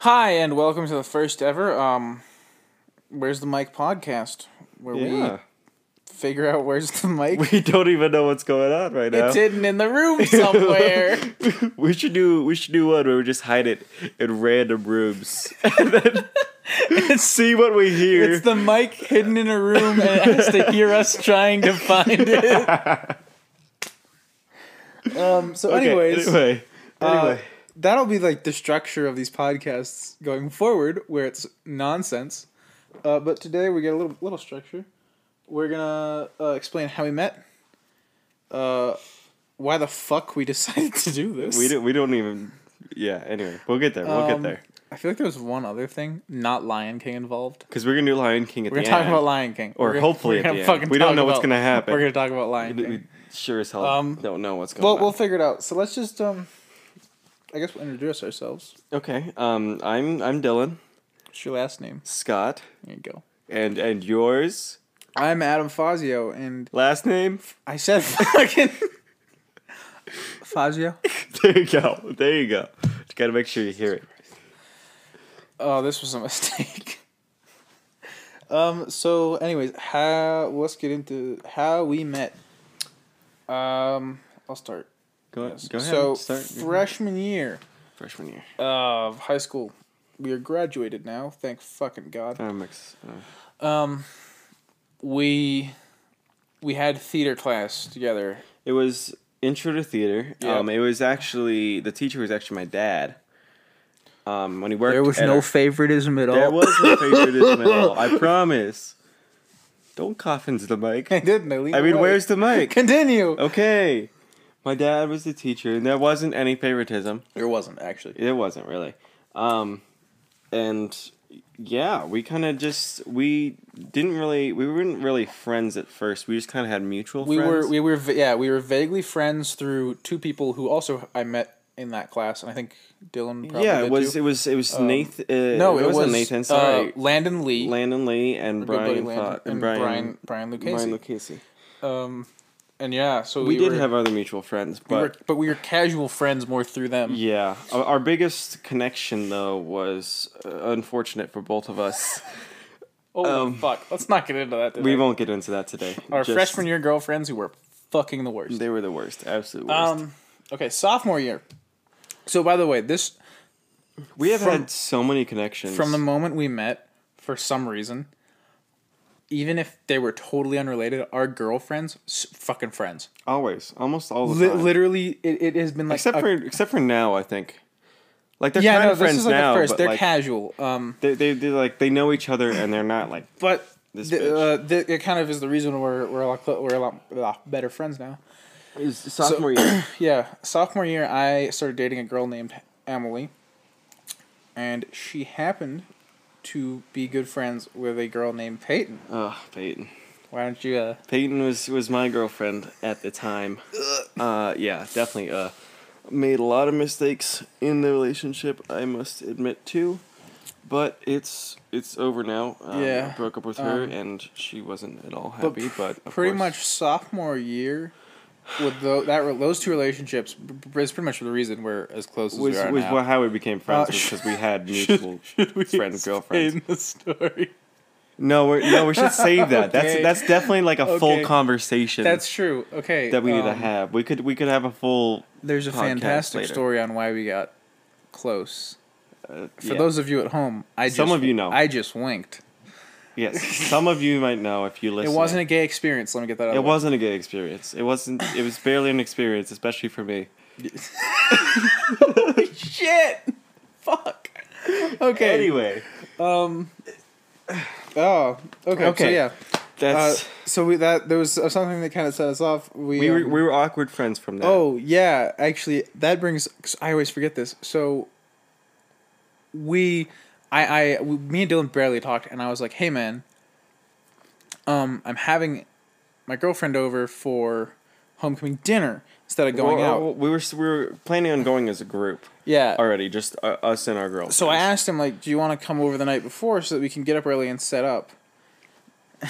Hi, and welcome to the first ever um, Where's the Mic podcast, where Yeah. we figure out where's the mic. We don't even know what's going on right now. It's hidden in the room somewhere. We should do we should do one where we just hide it in random rooms and then see what we hear. it's the mic hidden in a room, and it has to hear us trying to find it. um. So, Okay, anyways, anyway, uh, anyway. that'll be like the structure of these podcasts going forward, where it's nonsense. Uh, but today we get a little little structure. We're gonna uh, explain how we met. Uh, why the fuck we decided to do this? we don't we don't even yeah. Anyway, we'll get there. We'll Um, get there I feel like there was one other thing, not Lion King involved. because we're gonna do Lion King at We're the gonna talk end. about Lion King, Or We're gonna- hopefully we're at gonna the end. fucking We don't talk know what's about- gonna happen. We're gonna talk about Lion King. We sure as hell Um, don't know what's going Well, on. we'll figure it out. So let's just um, I guess we'll introduce ourselves. okay. Um, I'm I'm Dylan What's your last name? Scott, There you go. and and yours I'm Adam Fazio, and last name. I said fucking Fazio. There you go. There you go. Just gotta make sure you hear it. Oh, this was a mistake. Um. So, anyways, how let's get into how we met. Um, I'll start. Go, go ahead. so, start your freshman year freshman year. of high school, we are graduated now. Thank fucking god. Um, ex- uh, Um, we we had theater class together. it was intro to theater. Yeah. Um, it was actually the teacher was actually my dad. Um, when he worked, at our- favoritism at there was no favoritism at all. I promise. Don't cough into the mic. I I didn't. I, leaned away. mean, where's Oh, the mic? continue? Okay. My dad was the teacher, and there wasn't any favoritism. There wasn't actually. It wasn't really. Um, and yeah, we kind of just we didn't really we weren't really friends at first. We just kind of had mutual. We friends. were we were va- yeah we were vaguely friends through two people who also I met in that class, and I think Dylan. Probably yeah, did it was, too. Um, it was it was Nathan. Uh, no, it wasn't was Nathan. Sorry, uh, Landon Lee, Landon Lee and good buddy Brian Landon, Thought and and Brian Brian Brian Lucchese. Brian Lucchese. um, and yeah, so We, we, did were, have other mutual friends, we but were, but we were casual friends more through them. yeah, our, our biggest connection though was uh, unfortunate for both of us. Oh fuck, let's not get into that. Today. um, we won't get into that today. Our Just- freshman year girlfriends who were fucking the worst. they were the worst, absolute worst. Um, okay, sophomore year. So by the way, this We have From- had so many connections from the moment we met for some reason even if they were totally unrelated our girlfriends s- fucking friends always, almost all the Li- time. literally it, it has been like except a- for except for now, I think. Like they're yeah kind no of this friends is like now, the first but they're like casual um they, they they like they know each other and they're not like but This the, bitch. uh, the, it kind of is the reason we're we're a lot cl- we're a lot, a lot better friends now sophomore year. yeah sophomore year i started dating a girl named emily and she happened to be good friends with a girl named peyton Oh, Peyton. why don't you uh Peyton was was my girlfriend at the time. Uh, yeah, definitely. Uh, made a lot of mistakes in the relationship. I must admit too. But it's it's over now. Um, Yeah. I broke up with her, Um, and she wasn't at all happy. But, of pretty course- much sophomore year with tho- that re- those two relationships b- b- is pretty much the reason we're as close as was we are was now. wha- how we became friends Uh, was sh- because we had mutual friends girlfriends. In the story, No, we no, we should save that. Okay. That's that's definitely like a Okay. full conversation that's true. Okay, that we need to um, have. We could we could have a full There's a podcast fantastic later. story on why we got close. uh, For yeah. those of you at home, I Some just, of you know. I just winked. Yes, some of you might know if you It listen. wasn't a gay experience. Let me get that. Out It of the way. wasn't a good experience. It wasn't. It was barely an experience, especially for me. shit. Fuck. Okay. Anyway, Oh. Okay. So Okay. yeah. Uh, that's so we that there was uh, something that kind of set us off. We we were um, we were awkward friends from that. Oh yeah, actually, that brings. 'cause I always forget this. So we, I, I, we, me and Dylan barely talked, and I was like, "Hey man, um, I'm having my girlfriend over for homecoming dinner instead of going Well, out." well, we were we were planning on going as a group yeah. already, just uh, us and our girls. So I asked him like, "Do you want to come over the night before so that we can get up early and set up?"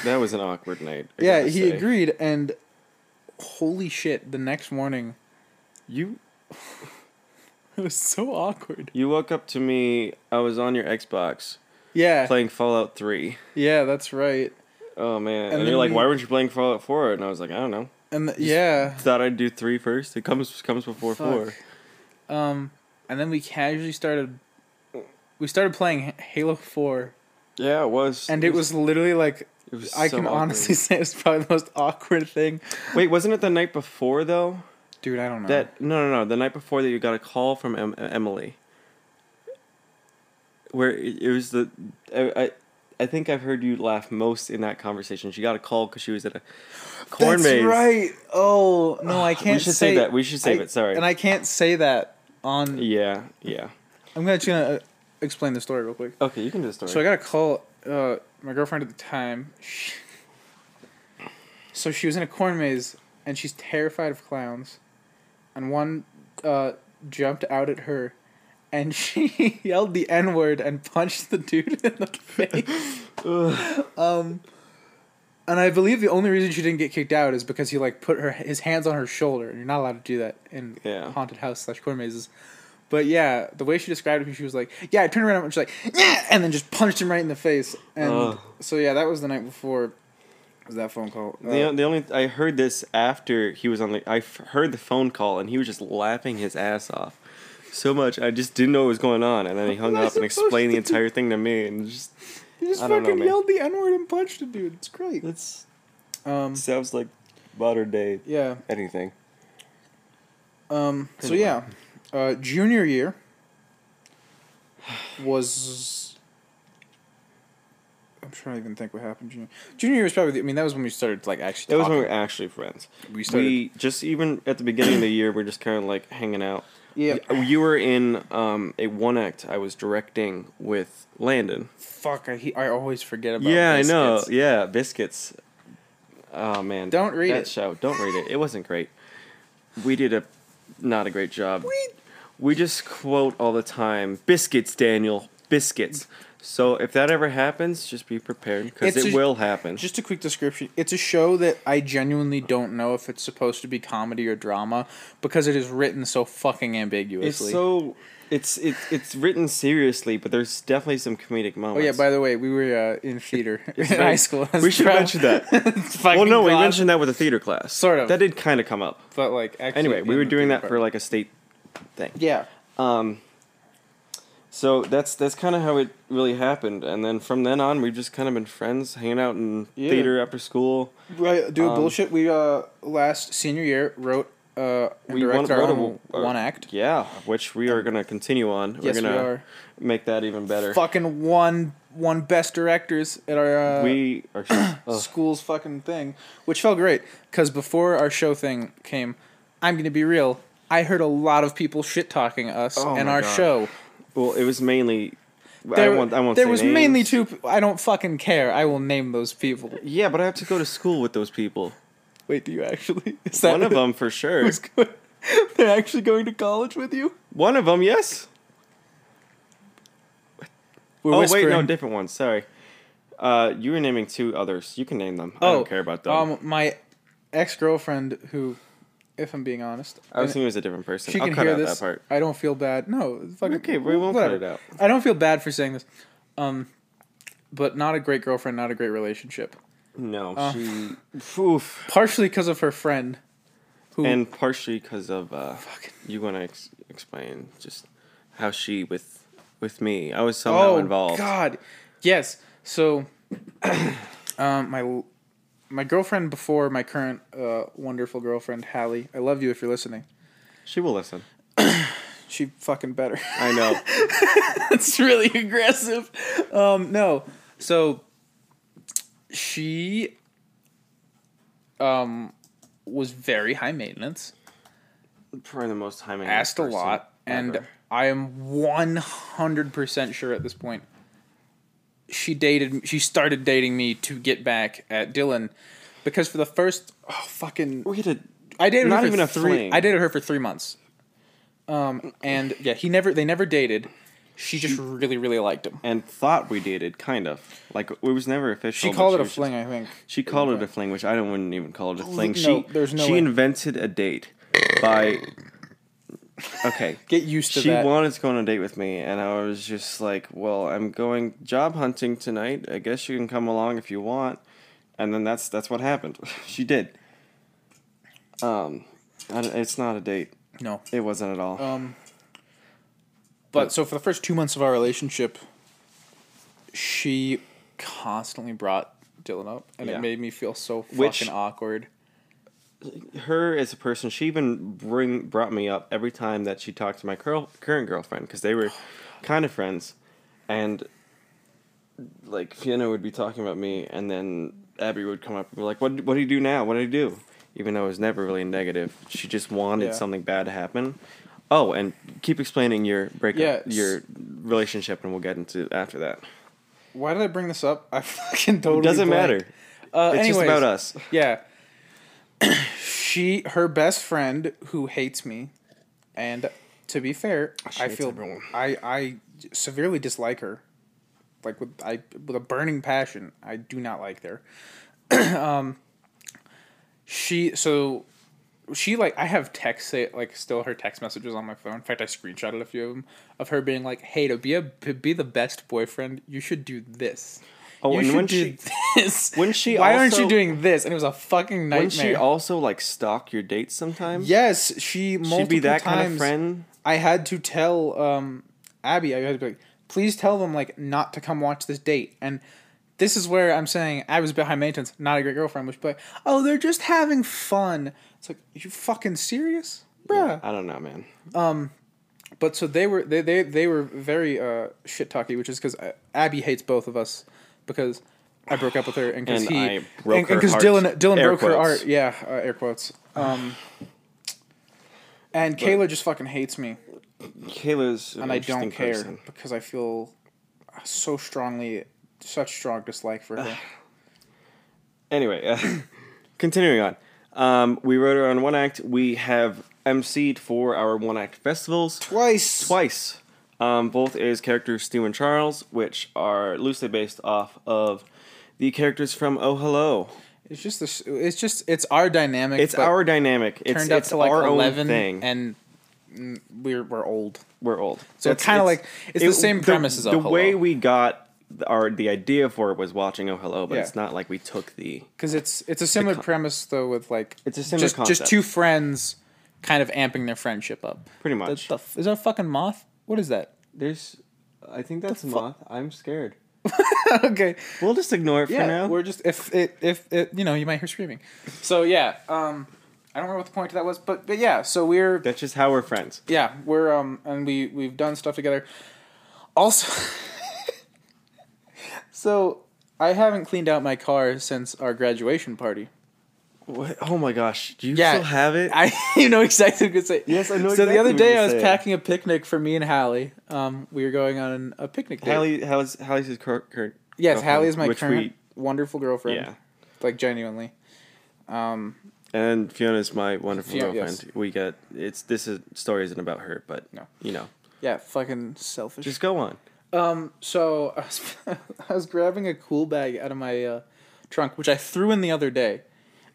that was an awkward night. I Yeah, gotta he say. agreed, and holy shit, the next morning. You It was so awkward. You woke up to me. I was on your Xbox Yeah. playing Fallout Three. yeah, that's right. Oh man! And, And you're then like, we- "Why weren't you playing Fallout 4? And I was like, "I don't know. And th- yeah. Thought I'd do three first. It comes comes before Uh. Fuck. four. Um and then we casually started we started playing H- Halo 4 Yeah, it was. and it was literally like It was I so can awkward. honestly say it's probably the most awkward thing. Wait, wasn't it the night before Oh. though? Dude, I don't know. That no, no, no. The night before that, you got a call from em- Emily, where it, it was the I, I, I think I've heard you laugh most in that conversation. She got a call because she was at a corn That's maze. right. Oh, no, I We can't should say save that. We should save I- it, sorry. And I can't say that on Yeah, yeah. I'm gonna, just gonna uh, explain the story real quick. Okay, you can do the story. So I got a call. Uh, my girlfriend at the time. She, so she was in a corn maze, and she's terrified of clowns, and one uh, jumped out at her, and she yelled the n word and punched the dude in the face. um, and I believe the only reason she didn't get kicked out is because he like put her his hands on her shoulder, and you're not allowed to do that in Yeah. haunted house slash corn mazes. But yeah, the way she described it, she was like, "Yeah, I turned around and she's like, yeah, and then just punched him right in the face." And Ugh. so yeah, that was the night before. Was that phone call? Uh, the, the only I heard this after he was on the I f- heard the phone call and he was just laughing his ass off so much I just didn't know what was going on and then he hung am I up and supposed explained the to do? entire thing to me and just he just I don't know, fucking man. yelled the n word and punched a dude. It's great. that's Um, sounds like modern day yeah. anything. Um, so Anyway. yeah, uh, junior year was. I'm trying to even think what happened. Junior, junior year was probably. The, I mean, that was when we started like actually. That was when we talking. were actually friends. We started- We just even at the beginning of the year we're just kind of like hanging out. Yeah. Y- uh, You were in um, a one act I was directing with Landon. Fuck, I he, I always forget about. Yeah, I know. biscuits. Yeah, biscuits. Oh man, Don't read that it. show. Don't read it. It wasn't great. We did a not a great job. We we just quote all the time. Biscuits, Daniel. Biscuits. So if that ever happens, just be prepared because It's it a- will happen. Just a quick description. It's a show that I genuinely don't know if it's supposed to be comedy or drama because it is written so fucking it's ambiguously. so it's it's it's written seriously, but there's definitely some comedic oh moments. yeah, by the way, we were uh, in theater in very- high school. we should mention that. well, well, no, we mentioned that with the theater class. Sort of. That did kind of come up. but like actually, Anyway, we were doing that for like like a state thing. yeah, Um, so that's that's kind of how it really happened, and then from then on, we've just kind of been friends, hanging out in Yeah. theater after school. right. Dude, Um, bullshit. We uh last senior year wrote uh and We directed our wrote a- uh, own our- one act. Yeah, which we are gonna continue on. We're Yes, we gonna are. make that even better. Fucking one one best directors at our uh, we are. oh, ugh. school's fucking thing, which felt great because before our show thing came, I'm gonna be real. I heard a lot of people shit talking us Oh and my our God. show. well, it was mainly. There, I won't. I won't. there say was mainly names. two. p- I don't fucking care. I will name those people. Yeah, but I have to go to school with those people. Wait, do you actually? Is One of them for sure. who's go- they're actually going to college with you? One of them, yes. We're oh wait, no, whispering. different ones. Sorry. Uh, you were naming two others. You can name them. I Oh, don't care about them. Um, my ex girlfriend, who, if I'm being honest, I and- was thinking it was a different person. she I'll can cut hear out this. that part. I don't feel bad. No, it's fucking Okay, we won't cut it out. I don't feel bad for saying this, um, but not a great girlfriend, not a great relationship. No, Uh. she. Oof. Partially because of her friend, who And partially because of uh, you want to ex- explain just how she with with me. I was somehow oh involved. god, yes. So, um, my my girlfriend before my current uh, wonderful girlfriend Hallie, I love you if you're listening. She will listen. She fucking better. I know. That's really aggressive. Um, no. So she um was very high maintenance, Probably the most high maintenance. asked a lot, person and ever. I am one hundred percent sure at this point. She dated she started dating me to get back at Dylan because for the first oh fucking we had a I dated Not her for even a three. fling. I dated her for three months. Um and yeah, he never they never dated. She just really really liked him. and thought we dated kind of like it was never official. She but called it a was just- fling, I think. She called it a fling, which I don't wouldn't even call it a fling. no, she there's no she way. invented a date by okay. Get used to she that. wanted to go on a date with me, and I was just like, "Well, I'm going job hunting tonight. I guess you can come along if you want." And then that's that's what happened. she did. Um, I don't- it's not a date. no. It wasn't at all. Um, but so for the first two months of our relationship, she constantly brought Dylan up, and Yeah. it made me feel so fucking Which- awkward. her as a person, she even bring brought me up every time that she talked to my curl, current girlfriend because they were kind of friends, and like Fiona would be talking about me, and then Abby would come up and be like, "What what do you do now? What do you do?" Even though it was never really negative, she just wanted Yeah. something bad to happen. Oh, and keep explaining your Yeah, breakup, it's- your relationship, and we'll get into after that. Why did I bring this up? I fucking totally It doesn't blanked. matter. Uh, it's just anyways, about us. Yeah. she, her best friend, who hates me, and to be fair, She I hates feel everyone. I I severely dislike her, like with I with a burning passion. I do not like her. um, she so she like I have text say like still her text messages on my phone. In fact, I screenshotted a few of them of her being like, "Hey, to be a to be the best boyfriend, you should do this." Oh, you and should when do this. when she why aren't you also- doing this? And it was a fucking nightmare. Wouldn't she also like stalk your dates sometimes? yes, she multiple She'd be that times. kind of friend. I had to tell um, Abby. I had to be like, please tell them like not to come watch this date. And this is where I'm saying I was behind maintenance, not a great girlfriend. Which, but oh, they're just having fun. It's like you fucking serious, bruh. I don't know, man. But so they were they they, they were very uh, shit talky, which is because Abby hates both of us because I broke up with her and because And he I broke and her because heart. Dylan Dylan Air broke her quotes. art. Yeah, uh, air quotes. Um, and Kayla just fucking hates me, Kayla's an and I don't interesting care person. because I feel so strongly such strong dislike for her. Anyway, uh, continuing on. Um, we wrote her on one act. We have emceed for our one act festivals Twice. twice. Um, both is characters Stu and Charles, which are loosely based off of the characters from Oh Hello. It's just this. It's just it's our dynamic. It's but our dynamic. It's, turned out it's to like our eleven, own thing. and mm, we're we're old. we're old. So it's kinda like- it's the same premise as The Oh Hello. way we got our the idea for it was watching Oh Hello, but Yeah. it's not like we took the because it's it's a similar premise though with like It's a similar just just concept. two friends kind of amping their friendship up. pretty The- much. the f- is that a fucking moth? What is that? There's, I think that's a moth. I'm scared. okay, We'll just ignore it yeah, for now. we're just if it if it you know you might hear screaming. So yeah, um, I don't remember what the point of that was, but but yeah, so we're That's just how we're friends. yeah we're um and we we've done stuff together. Also, so I haven't cleaned out my car since our graduation party. What? Oh my gosh, do you Yeah. still have it? I you know exactly what I'm gonna say. Yes, I know So exactly the other what day you're I was saying. packing a picnic for me and Hallie. Um, we were going on an- a picnic date. Hallie, Hallie's, Hallie's his current. Cur- yes, girlfriend, Hallie is my which current wonderful We, girlfriend. yeah, like genuinely. and Fiona's my wonderful Fiona- girlfriend. We got it's this is, story isn't about her, but No. you know, Yeah, fucking selfish. just go on. um, so I was, I was grabbing a cool bag out of my uh, trunk, which I threw in the other day,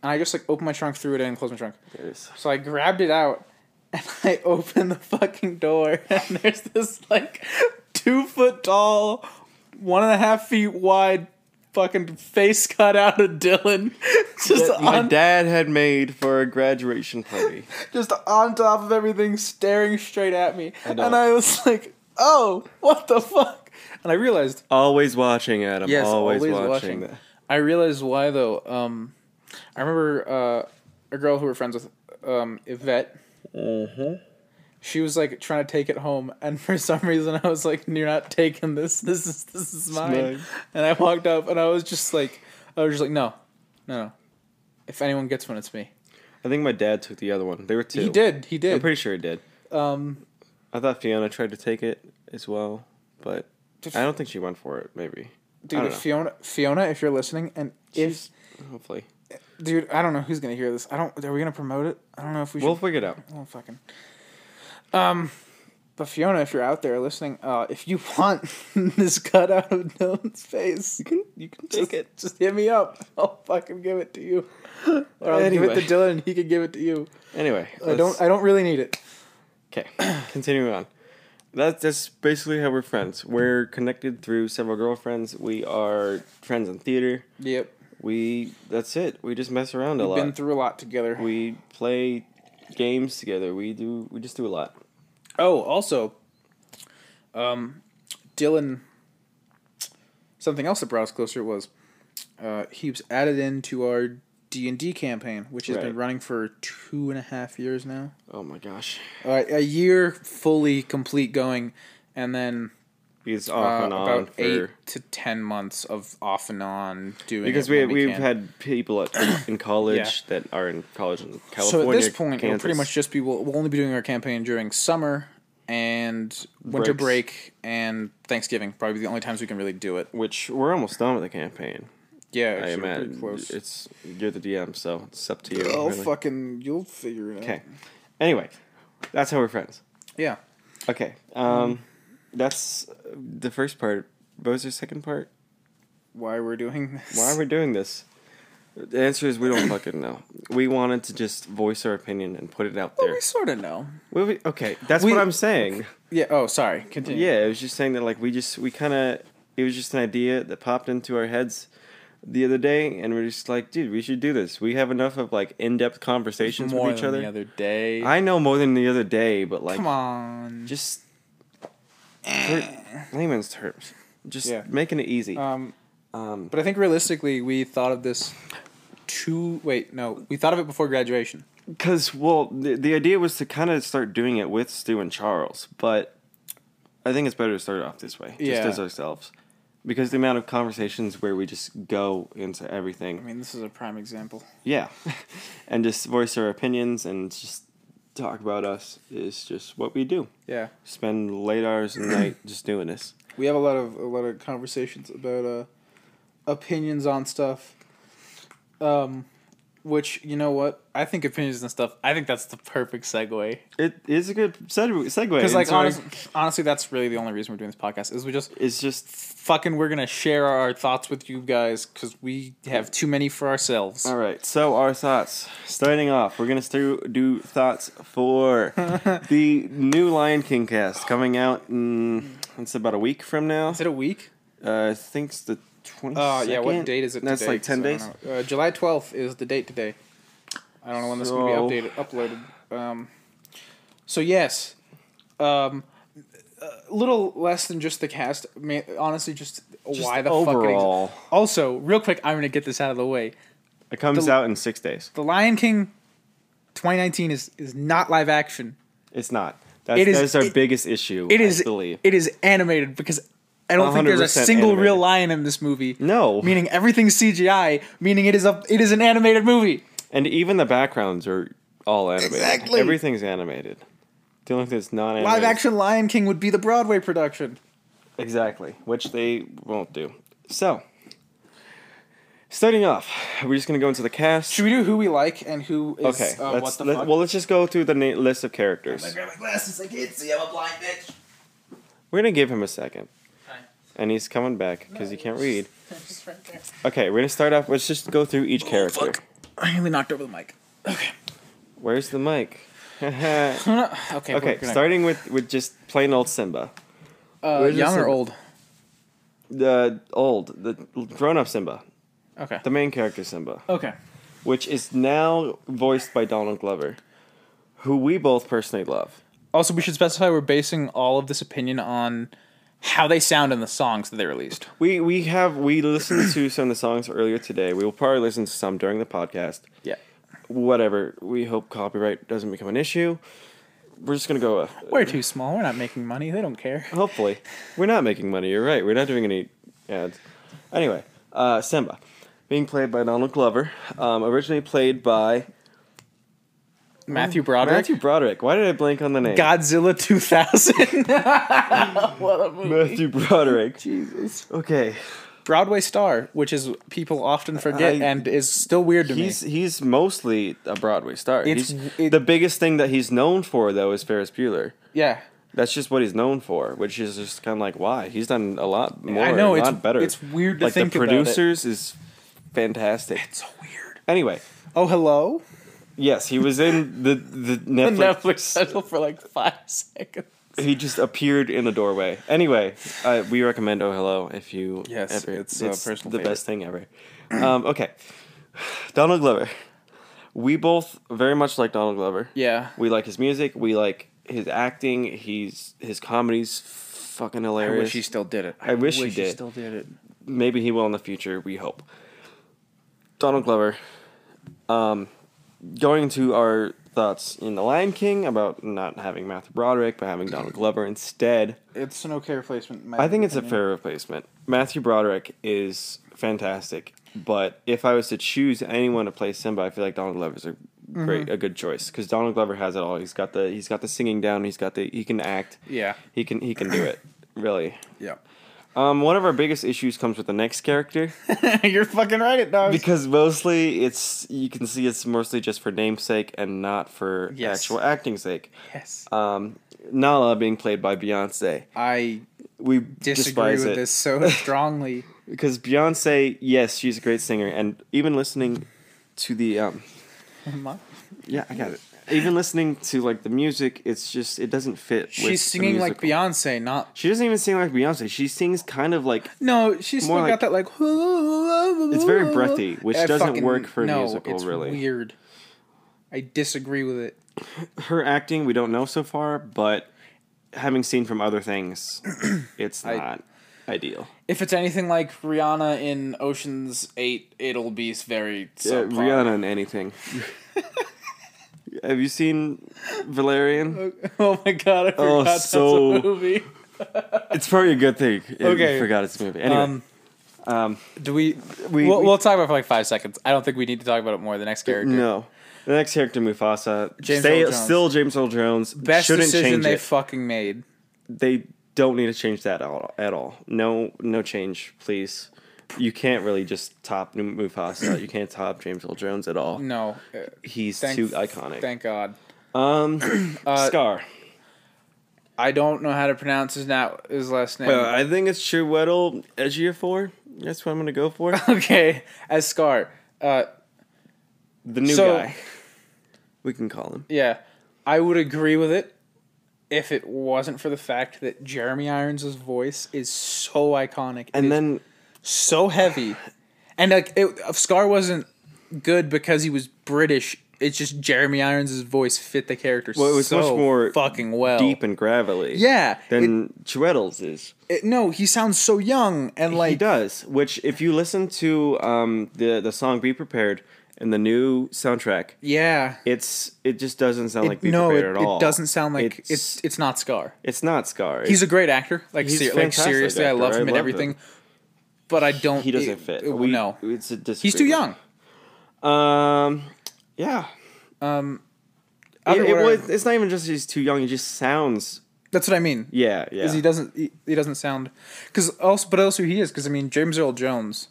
and I just like opened my trunk, threw it in, closed my trunk. There it is. So I grabbed it out and I opened the fucking door and there's this like two foot tall, one and a half feet wide fucking face cut out of Dylan just That my on dad had made for a graduation party. just on top of everything staring straight at me. I and know. I was like, Oh, what the fuck? And I realized always watching, Adam. Yes, always, always watching. watching. I realized why though. Um, I remember uh, a girl who we're friends with, um, Yvette. Mm-hmm. She was like trying to take it home, and for some reason, I was like, "You're not taking this. This is this is mine." mine. And I walked up, and I was just like, "I was just like, no, no, no. If anyone gets one, it's me." I think my dad took the other one. There were two. He did. He I'm did. pretty sure he did. um, I thought Fiona tried to take it as well, but Did I don't think she went for it. Maybe, I dude, don't if know. Fiona, Fiona, if you're listening, and if Hopefully, dude, I don't know who's gonna hear this. I don't. Are we gonna promote it? I don't know if we should. we'll figure it out. Oh fucking. Um, but Fiona, if you're out there listening, uh, if you want this cut out of Dylan's face, you can you can take it. Just hit me up. I'll fucking give it to you, or I'll give it Anyway. to Dylan. and He can give it to you. Anyway, I don't. I don't really need it. Okay, continuing on. That's that's basically how we're friends. We're connected through several girlfriends. We are friends in theater. Yep. We that's it. We just mess around a We've lot. been through a lot together. we play games together. We do we just do a lot. Oh, also, um, Dylan. Something else that brought us closer was uh, he was added into our D and D campaign, which has been Right. running for two and a half years now. Oh my gosh. Uh, a year fully complete going, and then It's uh, off and on about for eight to ten months of off and on doing. because it we when we've can. had people at, in college that are in college in California. so at this point it'll pretty Kansas. much just be we'll, we'll only be doing our campaign during summer and winter break and Thanksgiving. Probably the only times we can really do it. which we're almost done with the campaign. Yeah, I actually, we're pretty imagine close. it's you're the DM, so it's up to you. Oh really. fucking, you'll figure it out. Okay. Anyway, that's how we're friends. Yeah. Okay. Um, that's the first part. What was the second part? Why we're doing this? Why are we doing this? The answer is we don't fucking know. We wanted to just voice our opinion and put it out Well, there. we sort of know. Well, we- okay, that's We- what I'm saying. Yeah. Oh, sorry. Continue. Yeah, it was just saying that like we just we kind of it was just an idea that popped into our heads the other day, and we're just like, dude, we should do this. We have enough of like in depth conversations More with each than other. the other day. I know more than the other day, but like, Come on. Eh. just for layman's terms, just Yeah. making it easy. Um, Um, but I think realistically, we thought of this. Two. Wait, no. We thought of it before graduation. Because, well, the, the idea was to kind of start doing it with Stu and Charles, but I think it's better to start off this way, just Yeah. as ourselves. Because the amount of conversations where we just go into I everything, mean, this is a prime example. yeah, and just voice our opinions and just talk about us is just what we do. Yeah. Spend late hours and night just doing this. we have a lot of a lot of conversations about uh, opinions on stuff. Um, which you know what I think opinions and stuff. I think that's the perfect segue It is a good seg- segue. because like into our- honestly, honestly, that's really the only reason we're doing this podcast is we just it's just fucking we're gonna share our thoughts with you guys because we have too many for ourselves. all right. So our thoughts. Starting off, we're gonna st- do thoughts for the new Lion King cast coming out. In, it's about a week from now. Is it a week? Uh, I think it's the twenty. Uh, yeah. What date is it? That's today? like ten 'Cause I days. don't know. Uh, July twelfth is the date today. I don't know when this will be So- updated, uploaded. Um, so yes, um, a little less than just the cast. I mean, honestly, just, why the fuck? It exists. overall? Also, real quick, I'm gonna get this out of the way. It comes The- out in six days. The Lion King, 2019 is is not live action. It's not. That's, It is- that's our it- biggest issue. It is I believe. it is animated because I don't think there's a 100% single real animated. lion in this movie. no, Meaning everything's CGI. Meaning it is a it is an animated movie. and even the backgrounds are all animated. Exactly. Everything's animated. The only thing that's not animated Live is action Lion King would be the Broadway production. Exactly, which they won't do. So, starting off, we're just gonna go into the cast. Should we do who we like and who is Okay, uh, let's, what the let- fuck? well, let's just go through the na- list of characters. grab my glasses. I can't see. I'm a blind bitch. We're gonna give him a second, and he's coming back because he can't read. Okay, we're gonna start off. Let's just go through each character. Oh, fuck. I nearly knocked over the mic. Okay. Where's the mic? okay, Uh, okay. we're gonna- starting with with just plain old Simba, Uh, where's young this or in- old? the old, the grown up Simba, Okay. the main character Simba, okay. which is now voiced by Donald Glover, who we both personally love. Also, we should specify we're basing all of this opinion on how they sound in the songs that they released. We we have we listened to some of the songs earlier today. We will probably listen to some during the podcast. Yeah. Whatever. We hope copyright doesn't become an issue. We're just gonna go. Uh, We're too small. We're not making money. They don't care. hopefully, we're not making money. You're right. We're not doing any ads. Anyway, uh, Simba, being played by Donald Glover, um, originally played by Matthew Broderick. Mm-hmm. Matthew Broderick. Why did I blank on the name? Godzilla 2000. Matthew Broderick. Jesus. Okay, Broadway star, which is people often forget I- and is still weird to he's me. he's mostly a Broadway star. It's- He's- it- the biggest thing that he's known for though is Ferris Bueller. Yeah. That's just what he's known for, which is just kind of like why he's done a lot more. I know, a it's- lot better. it's weird to like think the about it. producers is fantastic. So weird. Anyway, Oh, hello? Yes, he was in the the And Netflix. Netflix settled for like five seconds. He just appeared in the doorway. Anyway, uh, we recommend Oh Hello if you. Yes, it's a personal the favorite. best thing ever. Um, okay, Donald Glover. We both very much like Donald Glover. Yeah. We like his music. We like his acting. He's his comedy's fucking I hilarious. wish he still did it. I wish he did. still did it. Maybe he will in the future. We hope. Donald Glover. Um, going to our thoughts in The Lion King about not having Matthew Broderick but having Donald Glover instead. It's an okay replacement. in my I think it's a opinion. fair replacement. Matthew Broderick is fantastic, but if I was to choose anyone to play Simba, I feel like Donald Glover's a great, Mm-hmm. a good choice because Donald Glover has it all. He's got the he's got the singing down. He's got the he can act. Yeah. He can he can do it. Really. Yeah. Um, one of our biggest issues comes with the next character You're fucking right, it does. because mostly it's you can see it's mostly just for namesake and not for Yes. actual acting sake. yes. Um, Nala being played by Beyonce, I we disagree despise with it. this so strongly. because Beyonce, yes, she's a great singer, and even listening to the um, yeah, I got it. Even listening to like the music, it's just it doesn't fit. with the She's singing like musical. Beyonce, not. She doesn't even sing like Beyonce. She sings kind of like No, she's still More got like- that like. It's very breathy, which I doesn't fucking- work for a no, musical, it's really. Weird. I disagree with it. her acting. We don't know so far, but having seen from other things, it's I- not ideal. If it's anything like Rihanna in Ocean's Eight, it'll be very. Yeah, subpar. Uh, Rihanna and anything. Have you seen Valerian? Oh my god! I forgot Oh, that's so- a movie. It's probably a good thing. It- Okay. I forgot it's a movie. Anyway, Um, um, do we? we- we'll, we- we'll talk about it for like five seconds. I don't think we need to talk about it more. The next character. No. The next character, Mufasa, James stay- Earl Jones. still James Earl Jones. Best Shouldn't decision change they it. fucking made. they don't need to change that at all, at all. No, no change, please. You can't really just top Mufasa. you can't top James Earl Jones at all. No. uh, He's Thank, too iconic. Thank God. um, Uh, Scar. I don't know how to pronounce his now his last name. Uh, I think it's Chiwetel Ejiofor. That's what I'm gonna go for. okay, as Scar. Uh, The new So- guy. We can call him. yeah, I would agree with it if it wasn't for the fact that Jeremy Irons' voice is so iconic It is And then so heavy, and like it, if Scar wasn't good because he was British. It's just Jeremy Irons' voice fit the character Well, it was so much more fucking well. deep and gravelly. Yeah, Than Chiwetel's is. It- no, he sounds so young and he like does. Which, if you listen to um, the the song "Be Prepared" and the new soundtrack, yeah. it's it just doesn't sound like It, "Be no, it, Prepared" at all. it doesn't sound like it's it's it's not Scar. it's not Scar. He's He's a great actor. Like, He's ser- like fantastic seriously, I actor. love I him and love everything. him. But I don't. he doesn't it- fit. it- We- no, it's a he's too young. disagreement. Um, yeah. Um, It, other it word- was- it's not even just he's too young. He just sounds. that's what I mean. Yeah, yeah. Because he doesn't. He, he doesn't sound. Because also, but also he is. Because I mean, James Earl Jones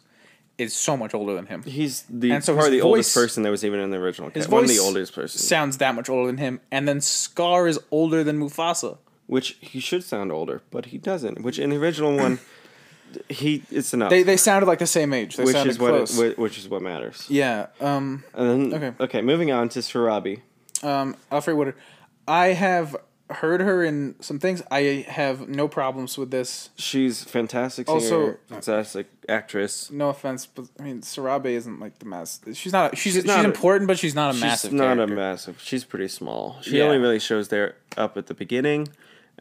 is so much older than him. He's the And so probably the his oldest voice- person that was even in the original. His cast. One of the voice oldest person, sounds that much older than him, and then Scar is older than Mufasa. which he should sound older, but he doesn't. Which in the original one, he it's enough. They they sounded like the same age. They which sounded is what it- close. whi- which is what matters. yeah. Um. And then, Okay. okay. moving on to Sarabi. um, Alfred Woodard. I have heard her in some things. I have no problems with this. She's fantastic singer, Also- fantastic actress. No offense, but I mean Sarabe isn't like the mass. She's not. She's she's, not a- important, but she's not a She's massive. not character. a massive. She's pretty small. She Yeah. only really shows there up at the beginning,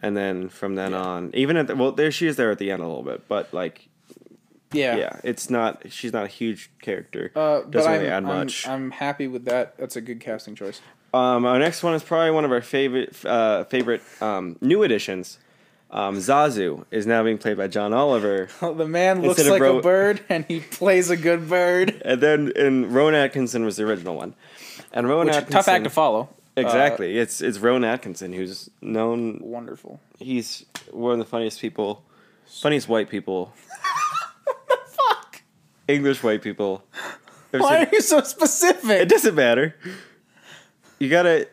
and then from then on, even at the, well, there she is there at the end a little bit, but like Yeah. yeah, it's not. She's not a huge character. Uh, but Doesn't I'm, really I'm- add much. I'm, happy with that. That's a good casting choice. Um, our next one is probably one of our favorite uh, favorite um, new additions. Um, Zazu is now being played by John Oliver, Uh, the man looks Instead of like a Ro- bird, and he plays a good bird. and then and Rowan Atkinson was the original one, and Rowan Which, Atkinson tough act to follow. Exactly, it's it's Rowan Atkinson who's known. Wonderful. He's one of the funniest people, funniest white people, Fuck. English white people. Ever Why seen- are you so It specific? doesn't matter. You gotta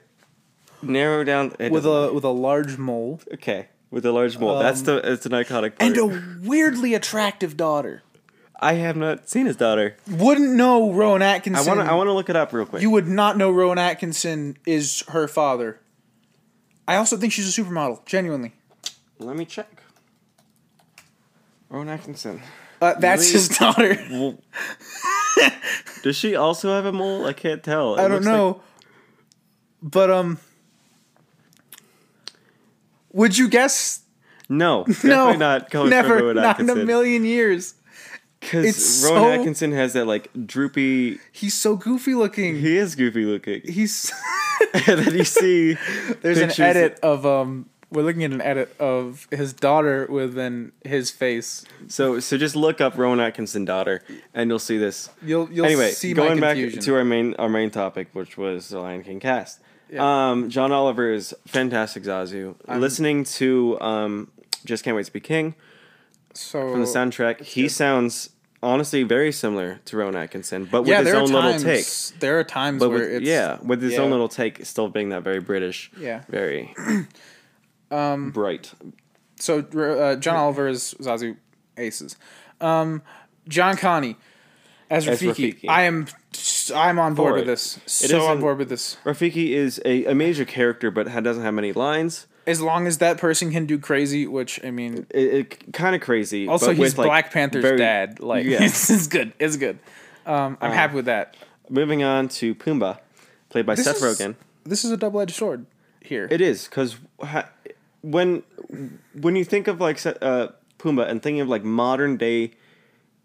narrow down it With doesn't- a with a large mole okay with a large mole. That's um, the it's an iconic part. and a weirdly attractive daughter. I have not seen his daughter. Wouldn't know Rowan Atkinson. I want to. I want to look it up real quick. You would not know Rowan Atkinson is her father. I also think she's a supermodel. Genuinely, Let me check. Rowan Atkinson. uh, that's Really? his daughter. Well, does she also have a mole? I can't tell. It I don't looks like- know. But um, would you guess? no, definitely no, not going never, for Rowan not in Atkinson. a million years. Because It's Rowan so- Atkinson has that like droopy. He's so goofy looking. He is goofy looking. He's and then you see there's pictures- an edit of um. We're looking at an edit of his daughter within his face. So so just look up Rowan Atkinson daughter, and you'll see this. You'll you'll anyway, see going my back confusion. to our main our main topic, which was the Lion King cast. Yeah. Um, John Oliver is fantastic, Zazu. Listening to um, "Just Can't Wait to Be King" so from the soundtrack, he sounds honestly very similar to Rowan Atkinson, but with yeah, his there are own little times. take. There are times But where with, it's yeah, with his yeah. own little take, still being that very British, Yeah. Um, very bright. So uh, John Oliver is Zazu Aces. Um, John Connie as As Rafiki. Rafiki. I am I'm on board For with it. this. It So on isn't- board with this. Rafiki is a, a major character, but ha- doesn't have many lines. As long as that person can do crazy, which I mean, it, it kind of crazy. also but he's with, like, Black Panther's very- dad. Like yeah. Uh, it's, it's good. It's good. Um, I'm happy with that. Moving on to Pumbaa, played by This Seth is- Rogen. This is a double edged sword here. It is because ha- when when you think of like Seth- uh, Pumbaa and thinking of like modern day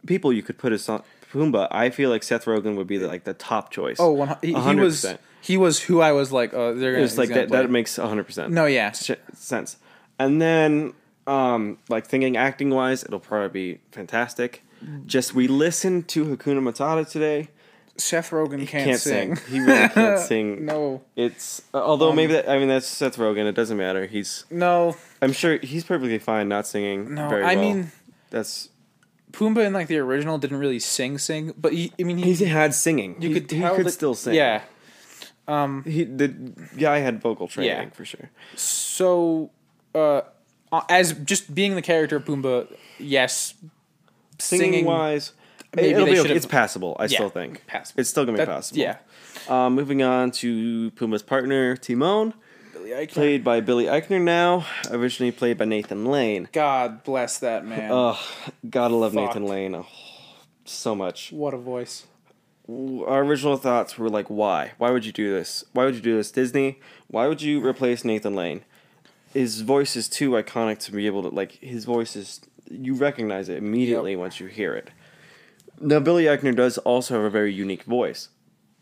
people, you could put as on Pumbaa. I feel like Seth Rogen would be the, like the top choice. oh, one, he, he was 100%. he was who I was like. Oh, they're gonna, It's like he's gonna that. That play. makes hundred percent. no, yeah, sh- sense. And then, um, like thinking acting wise, it'll probably be fantastic. Just we listened to Hakuna Matata today. Seth Rogen can't, Can't sing. Um, sing. He really can't sing. No, It's although maybe that I mean that's Seth Rogen. It doesn't matter. He's no, I'm sure he's perfectly fine not singing. no. very I well. mean, that's Pumbaa in like the original didn't really sing, sing, but he, I mean, he, he's had singing. you he, could tell he could that- still sing. Yeah. he the guy had vocal training Yeah. for sure. So, uh, as just being the character of Pumbaa, yes, Singing, wise, Maybe it'll they be should've- okay. It's passable. I still think passable. It's still gonna be that- passable. Yeah, Uh, moving on to Puma's partner Timon, I can't- played by Billy Eichner. Now originally played by Nathan Lane. God bless that man. Ugh, gotta love Fuck. Nathan Lane oh, so much. what a voice. our original thoughts were like, why? Why would you do this? Why would you do this, Disney? Why would you replace Nathan Lane? His voice is too iconic to be able to like. His voice is you recognize it immediately once you hear it. Now Billy Eichner does also have a very unique voice,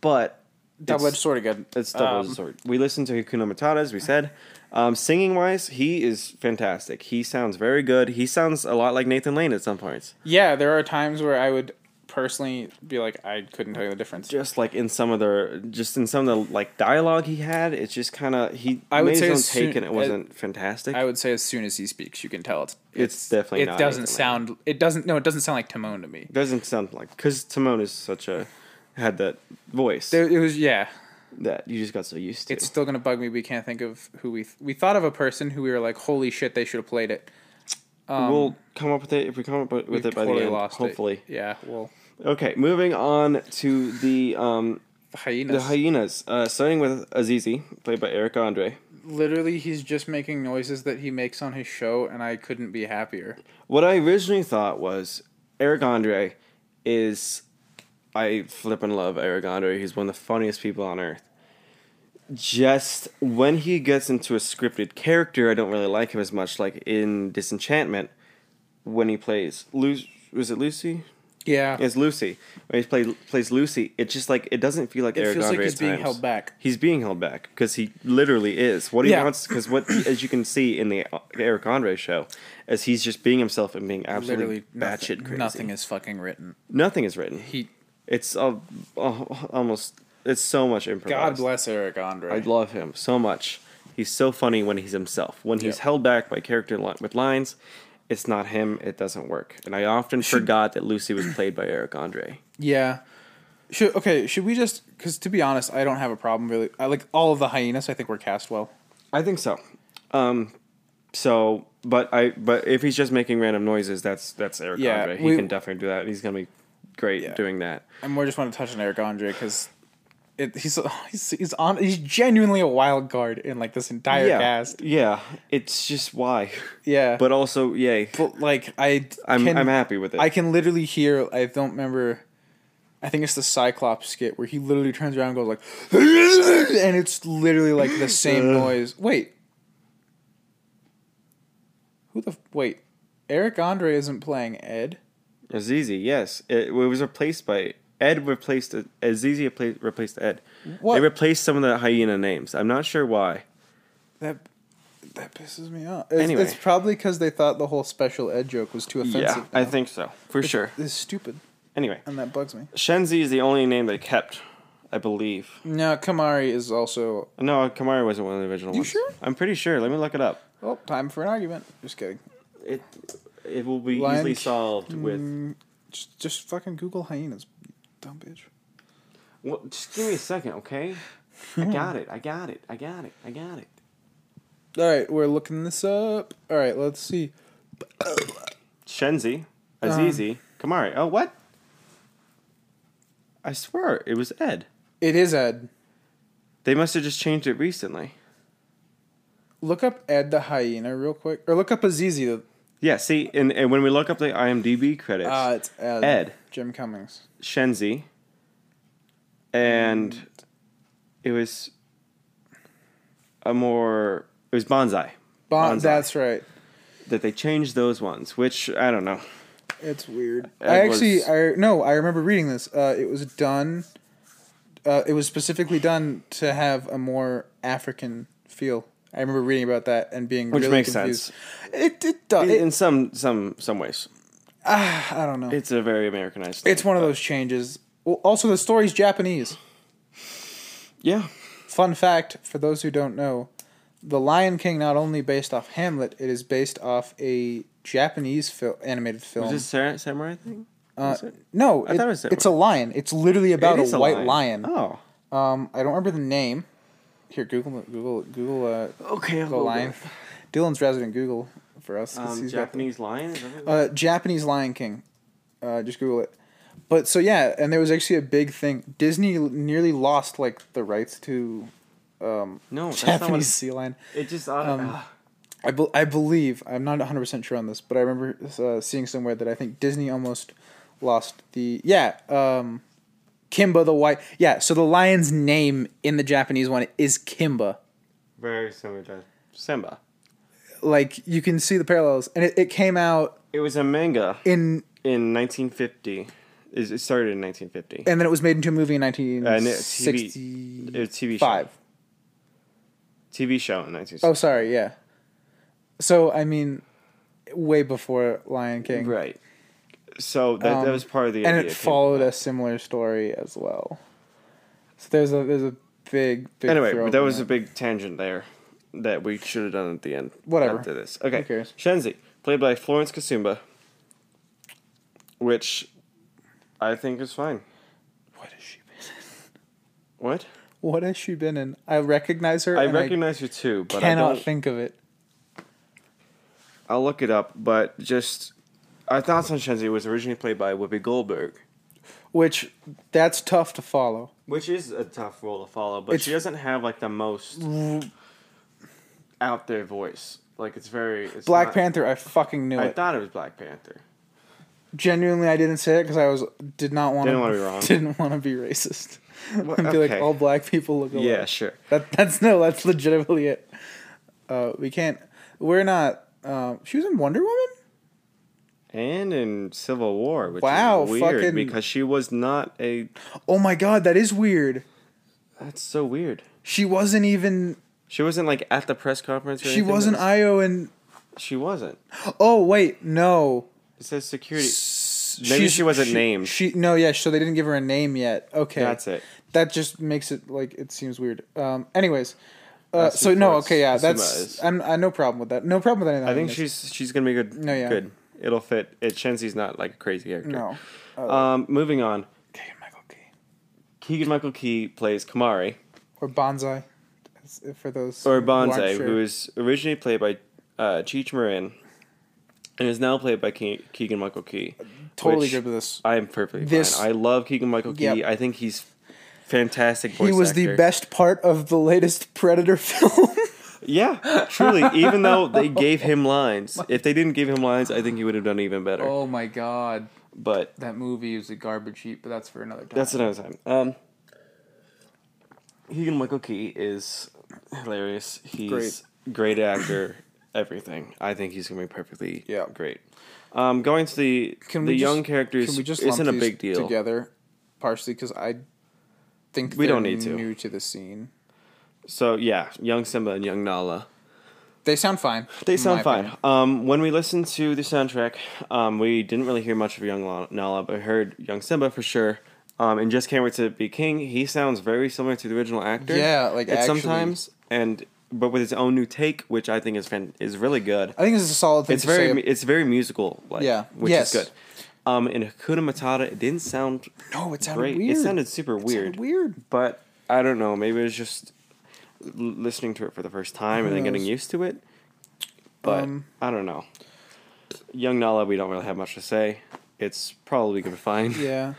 but Double edged it's- sword again. It's double Um, edged sword. We listened to Hakuna Matata as we said. Um, singing wise, he is fantastic. He sounds very good. He sounds a lot like Nathan Lane at some parts. Yeah, there are times where I would personally be like, I couldn't tell you the difference. just like in some of the just in some of the like dialogue he had, it's just kind of he I would made say his own as soon- take and it wasn't fantastic. I would say as soon as he speaks, you can tell it's It's definitely it not doesn't Nathan sound it doesn't no it doesn't sound like Timon to me. Doesn't sound like because Timon is such a had that voice There, it was yeah. that you just got so used to. It's still gonna bug me. We can't think of who we th- we thought of a person who we were like, holy shit, they should have played it. we'll come up with it if we come up with it by um, the totally end. lost it. hopefully, Yeah. Well, okay. Moving on to the um the the hyenas. hyenas, uh, starting with Azizi, played by Eric Andre. Literally, he's just making noises that he makes on his show, and I couldn't be happier. What I originally thought was Eric Andre is I flippin' love Eric Andre. He's one of the funniest people on earth. Just when he gets into a scripted character, I don't really like him as much. Like in Disenchantment, when he plays Lu- was it Lucy? Yeah. It's Lucy. When he play, plays Lucy, it's just like it doesn't feel like it Eric feels like Andre. he's at being times. held back. He's being held back because he literally is. What he Yeah. wants, because what, as you can see in the uh, Eric Andre show, is he's just being himself and being absolutely Literally, batshit nothing, crazy. nothing is fucking written. Nothing is written. He. It's uh, uh, almost. It's so much improvised. God bless Eric Andre. I love him so much. He's so funny when he's himself. When he's Yep. held back by character li- with lines, it's not him. It doesn't work. And I often forgot that Lucy was played by Eric Andre. Yeah. Should okay? Should we just? Because to be honest, I don't have a problem really. I like all of the hyenas. I think were cast well. I think so. Um, So, but I but if he's just making random noises, that's that's Eric Yeah, Andre. He we- can definitely do that. He's gonna be great Yeah. doing that. I more just want to touch on Eric Andre because it he's he's he's on he's genuinely a wild card in like this entire yeah, cast. yeah. It's just why, Yeah, but also yay. but like I I'm can, I'm happy with it. I can literally hear. I don't remember. I think it's the Cyclops skit where he literally turns around and goes like, and it's literally like the same Uh. noise. Wait, who the f- wait? Eric Andre isn't playing Ed. Azizi, yes, it, it was replaced by Ed. Replaced Azizi repla- replaced Ed. What? They replaced some of the hyena names. I'm not sure why. That that pisses me off. It's, Anyway. it's probably because they thought the whole special Ed joke was too offensive. Yeah, I think so for sure. This is stupid, Anyway, and that bugs me. Shenzi is the only name they kept, I believe. No, Kamari is also. No, Kamari wasn't one of the original You ones. sure? I'm pretty sure. Let me look it up. Oh, time for an argument. Just kidding. It it will be Lion easily Ki- solved with. Mm, just, just fucking Google hyenas, you dumb bitch. Well, just give me a second, okay? I got it. I got it. I got it. I got it. All right, we're looking this up. All right, let's see. Shenzi, Um, Azizi, Kamari. Oh, what? I swear it was Ed. It is Ed. They must have just changed it recently. Look up Ed the hyena real quick, or look up Azizi. The, Yeah. See, and, and when we look up the IMDb credits, uh, it's Ed. Ed. Jim Cummings. Shenzi, and it was a more it was Bonsai Bon, Bonsai. that's right. that they changed those ones, which I don't know. It's weird. It I actually, was- I no, I remember reading this. Uh, it was done. Uh, it was specifically done to have a more African feel. I remember reading about that and being Which really makes confused. sense. It it does. In, in It, some some some ways, I don't know. It's, it's a very Americanized. one of those changes. Well, also, the story's Japanese. yeah. Fun fact for those who don't know, The Lion King not only based off Hamlet, it is based off a Japanese fil- animated film. Was this Sarah, samurai thing? Uh, Was it? no, I it- thought it was it's a lion. It's literally about It a is white lion. Oh, Um, I don't remember the name. Here, Google, it- Google, it- Google. Uh, okay. I'll the go lion. with- Dylan's resident Google for us. 'cause Um, he's got the- Japanese lion. Is that what it uh, Japanese Lion King. Uh, just Google it. But so yeah, and there was actually a big thing. Disney nearly lost like the rights to um, No, Oh, that's not what Japanese it- sea lion. was? it just uh, um, I, bel I believe I'm not 100 percent sure on this, but I remember uh, seeing somewhere that I think Disney almost lost the yeah um, Kimba the white yeah. So the lion's name in the Japanese one is Kimba. very similar to Simba. Like you can see the parallels, and it, it came out It was a manga in in 1950. It it started in 1950. and then it was made into a movie in Uh, And it's TV, 1965. it's TV show. TV show in 1965. Oh, sorry, yeah. So I mean, way before Lion King, Right. So that, that Um, was part of the and idea it came from followed that. a similar story as well. So there's a there's a big big Anyway, throw but that in was there. a big tangent there that we should have done at the end. Whatever. After this, okay. Who cares? Shenzi, played by Florence Kasumba, which I think is fine. What has she been? What? In? What has she been in? I recognize her. I and recognize her too, but I cannot don't. think of it. I'll look it up, but just our thoughts on Shenzi was originally played by Whoopi Goldberg. Which that's tough to follow. Which is a tough role to follow, but It's- she doesn't have like the most out there voice. Like it's very it's Black not- Panther, I fucking knew I it. thought it was Black Panther. Genuinely, I didn't say it because I was did not want Didn't wanna be wrong. Didn't want to be racist. Well, and be like okay. all black people look alike. Yeah, sure. That that's no, that's legitimately it. Uh, we can't. We're not. Um, she was in Wonder Woman. And in Civil War, which Wow, is weird fucking- because she was not a. Oh my god, that is weird. That's so weird. She wasn't even. She wasn't like at the press conference. Or She anything, wasn't that Io and. was- She wasn't. Oh wait, no. It says security. Maybe Maybe she wasn't named. She no, yeah. So they didn't give her a name yet. Okay, That's it. That just makes it like it seems weird. Um. Anyways. Uh, That's so who no, Florence okay, yeah, Kasuma that's is. I'm I no problem with that. No problem with anything. I think It's- she's she's gonna be good. No, yeah. good. It'll fit. It Shenzi's not like a crazy character. no. Um, moving on. Okay, Michael Key Keegan Michael Key plays Kamari or Bonsai, as- for those or who aren't Bonsai, sure. who is originally played by uh, Cheech Marin, and is now played by Ke- Keegan Michael Key. Totally which good with this. I am perfectly This- fine. I love Keegan Michael Key. Yep. I think he's fantastic. Voice He was the actor. best part of the latest Predator film. Yeah, truly. even though they gave him lines, if they didn't give him lines, I think he would have done even better. oh my god, But that movie was a garbage heap, but that's for another time. That's another time. Um, Keegan Michael Key is hilarious. He's Great. great, actor. Everything. I think he's gonna be perfectly Yeah. great. Um, going to the Can the we young just- characters Can we just isn't a lump these big deal. together, partially because I think We don't they're need to. New to the scene, So yeah, young Simba and young Nala. they sound fine. They in sound my fine. opinion. Um, when we listened to the soundtrack, um, we didn't really hear much of Young La- Nala, but heard Young Simba for sure. Um, and just can't wait to be king. He sounds very similar to the original actor. Yeah, like, at actually. sometimes, and but with his own new take, which I think is fan- is really good. I think this is a solid thing. It's to very say. mu- it's very musical, like Yeah. which Yes. is good. Um, in Hakuna Matata, it didn't sound no, it sounded great. weird. It sounded super It weird sounded weird. but I don't know. Maybe it's just l- listening to it for the first time and then getting knows? used to it. But Um, I don't know. Young Nala, we don't really have much to say. It's probably gonna be fine. Yeah.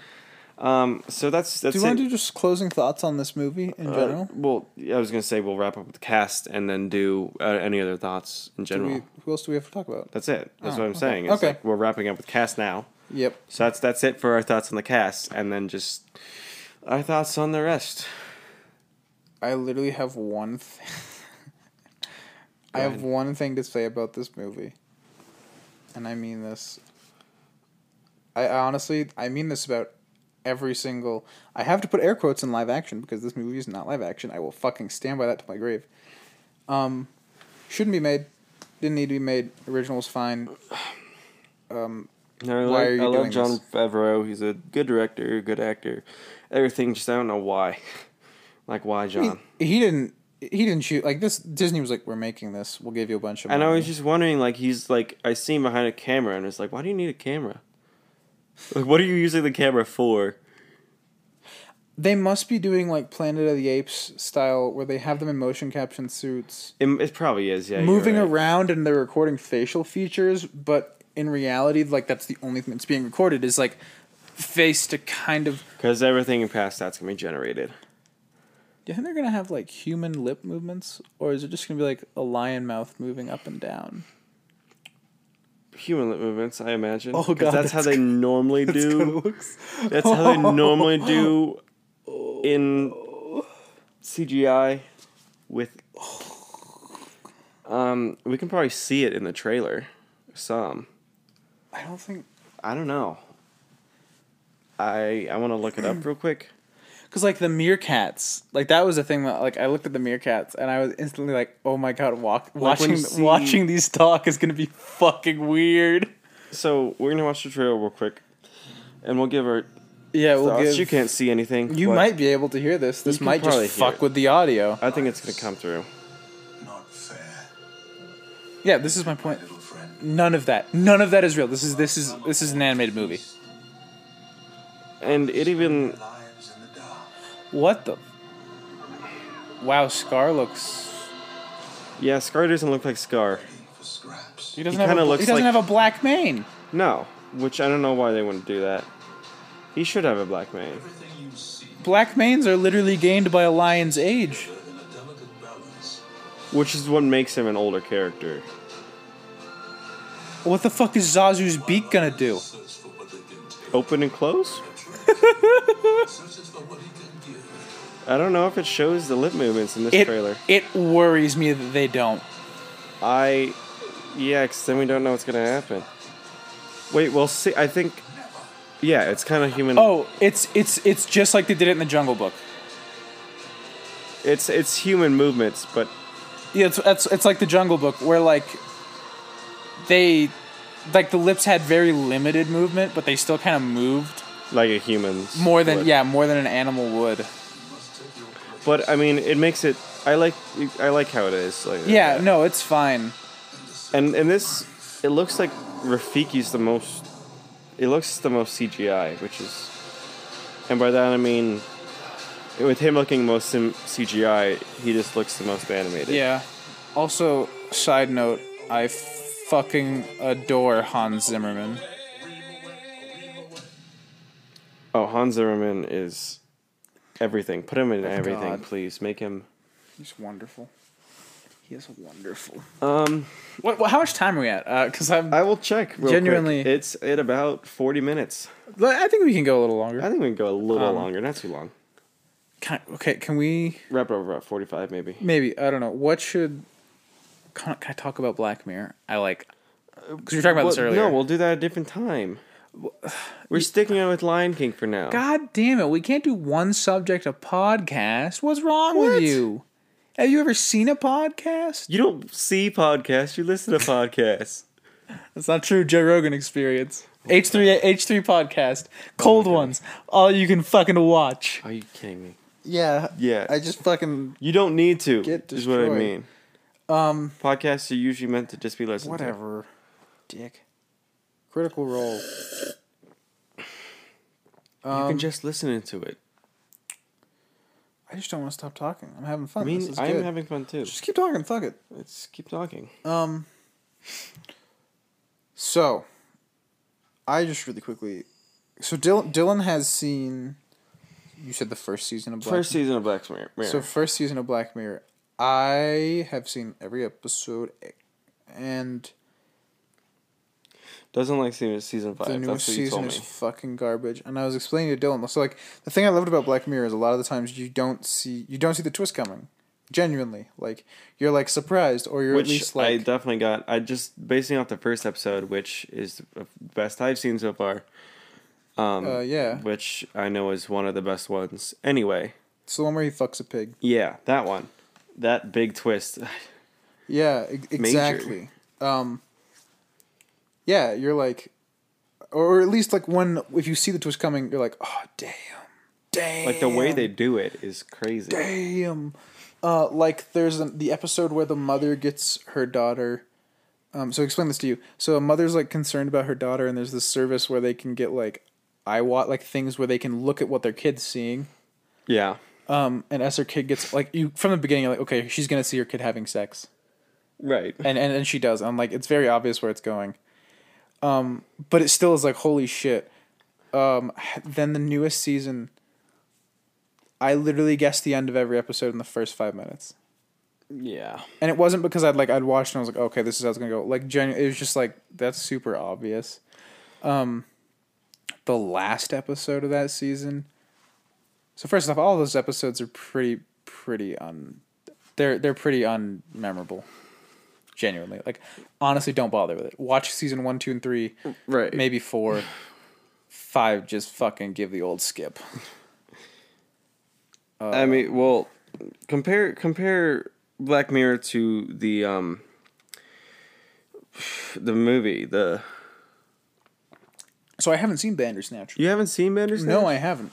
Um. So that's that's Do you it. want to do just closing thoughts on this movie in Uh, general? well, I was gonna say we'll wrap up with the cast and then do uh, any other thoughts in Do general. we, who else do we have to talk about? That's it. That's Oh, what I'm okay. saying. It's Okay. like we're wrapping up with cast now. Yep. So that's that's it for our thoughts on the cast, and then just our thoughts on the rest. I literally have one thing. I Go have ahead. one thing to say about this movie. And I mean this. I I honestly, I mean this about every single. I have to put air quotes in live action because this movie is not live action. I will fucking stand by that to my grave. Um, shouldn't be made. Didn't need to be made. Original was fine. No, Why I like- are you I love doing John this? Favreau. He's a good director, good actor. Everything, just I don't know why. like why John? He, he didn't. He didn't shoot like this. Disney was like, "We're making this. We'll give you a bunch of." And I money." was just wondering, like he's like I see him behind a camera, and it's like, why do you need a camera? Like, what are you using the camera for? They must be doing like Planet of the Apes style, where they have them in motion caption suits, It, it probably is, yeah. you're moving right. around, and they're recording facial features. But in reality, like that's the only thing that's being recorded is like face to kind of. because everything past that's gonna be generated. Do you think they're gonna have like human lip movements, or is it just gonna be like a lion mouth moving up and down? Human lip movements, I imagine. Oh, 'cause God, that's, how that's they normally do. looks. That's how they normally do in CGI with um we can probably see it in the trailer some. I don't think I don't know. I I want to look it up real quick. Cause like the meerkats, like that was the thing that like I looked at the meerkats and I was instantly like, oh my god, walk, when watching you see- watching these talk is gonna be fucking weird. So, we're going to watch the trailer real quick and we'll give our Yeah, thoughts. we'll give, you can't see anything. You but might be able to hear this. This can might probably just hear fuck it. with the audio. I think it's going to come through. Not fair, Yeah, this is my point. little friend. None of that. None of that is real. This is this is this is an animated movie. And it even Lives in the dark. What the? Wow, Scar looks. yeah, Scar doesn't look like Scar. Looking for scraps. He doesn't He have. A, kinda bl- looks he doesn't like- have a black mane. No, which I don't know why they wouldn't do that. He should have a black mane. Everything you see Black manes are literally gained by a lion's age. live in a delicate balance. Which is what makes him an older character. What the fuck is Zazu's beak gonna do? Oh. Search for what they can take. Open and close? Searches for what he can give. I don't know if it shows the lip movements in this it, trailer. It worries me that they don't. I. Yeah, 'cause then we don't know what's gonna happen. Wait, well, see, I think. Yeah, it's kind of human. Oh, it's it's it's just like they did it in the Jungle Book. It's it's human movements, but Yeah, it's it's, it's like the Jungle Book where like they like the lips had very limited movement, but they still kind of moved like a human's. more than lip. yeah more than an animal would. But I mean, it makes it. I like I like how it is. Like Yeah, no, it's fine. And and this, it looks like Rafiki's the most. It looks the most CGI, which is, and by that I mean, with him looking most sim- CGI, he just looks the most animated. Yeah. Also, side note, I fucking adore Hans Zimmerman. Oh, Hans Zimmerman is everything. Put him in everything, God. please. Make him. He's wonderful. He is wonderful. Um, What, what, how much time are we at? Because I'm. I will check. Real Genuinely. quick. it's at about forty minutes. I think we can go a little longer. I think we can go a little Um, longer, not too long. Can, okay, can we? Wrap it over at forty-five, maybe. Maybe I don't know. What should? Can, can I talk about Black Mirror? I like because we were talking about this Well, earlier. No, we'll do that at a different time. We're sticking on with Lion King for now. God damn it! We can't do one subject a podcast. What's wrong What? with you? Have you ever seen a podcast? You don't see podcasts; you listen to podcasts. That's not true. Joe Rogan Experience. H three H three podcast. Cold ones. All you can fucking watch. Are you kidding me? Yeah. Yeah. I just fucking You don't need to. Get is what I destroyed. mean. um Podcasts are usually meant to just be listened. to. whatever. Dick. Critical role. Um, You can just listen into it. I just don't want to stop talking. I'm having fun. I This mean, is I'm good. having fun too. Just keep talking. Fuck it. Let's keep talking. Um. So, I just really quickly. So Dylan, Dylan has seen. You said the first season of Black First season of Black Mirror. Mirror. So first season of Black Mirror. I have seen every episode, and Doesn't like season season five. the newest That's what you told season me. is fucking garbage. And I was explaining to Dylan, so like the thing I loved about Black Mirror is a lot of the times you don't see you don't see the twist coming. Genuinely, like you're like surprised, or you're which at least I like definitely got. I just basing off the first episode, which is the best I've seen so far. Um, Uh, yeah. which I know is one of the best ones. Anyway, it's the one where he fucks a pig. yeah, that one, that big twist. Yeah, e- exactly. Um, yeah, you're like, or at least like when if you see the twist coming, you're like, oh damn, damn. like the way they do it is crazy. damn. Uh, like there's an, the episode where the mother gets her daughter. Um, so explain this to you. So a mother's like concerned about her daughter, and there's this service where they can get like, I want like things where they can look at what their kid's seeing. Yeah, Um, and as her kid gets like you from the beginning, you're like, okay, she's gonna see her kid having sex right. and and, and she does and like it's very obvious where it's going um but it still is like holy shit um then the newest season i literally guessed the end of every episode in the first five minutes Yeah, and it wasn't because i'd like i'd watched and i was like okay this is how it's gonna go like genu- it was just like that's super obvious um the last episode of that season so first off all those episodes are pretty pretty un they're they're pretty unmemorable genuinely like honestly don't bother with it watch season one two and three right. maybe four five just fucking give the old skip I mean, well, compare compare Black Mirror to the um the movie. The so i haven't seen bandersnatch you haven't seen Bandersnatch? no i haven't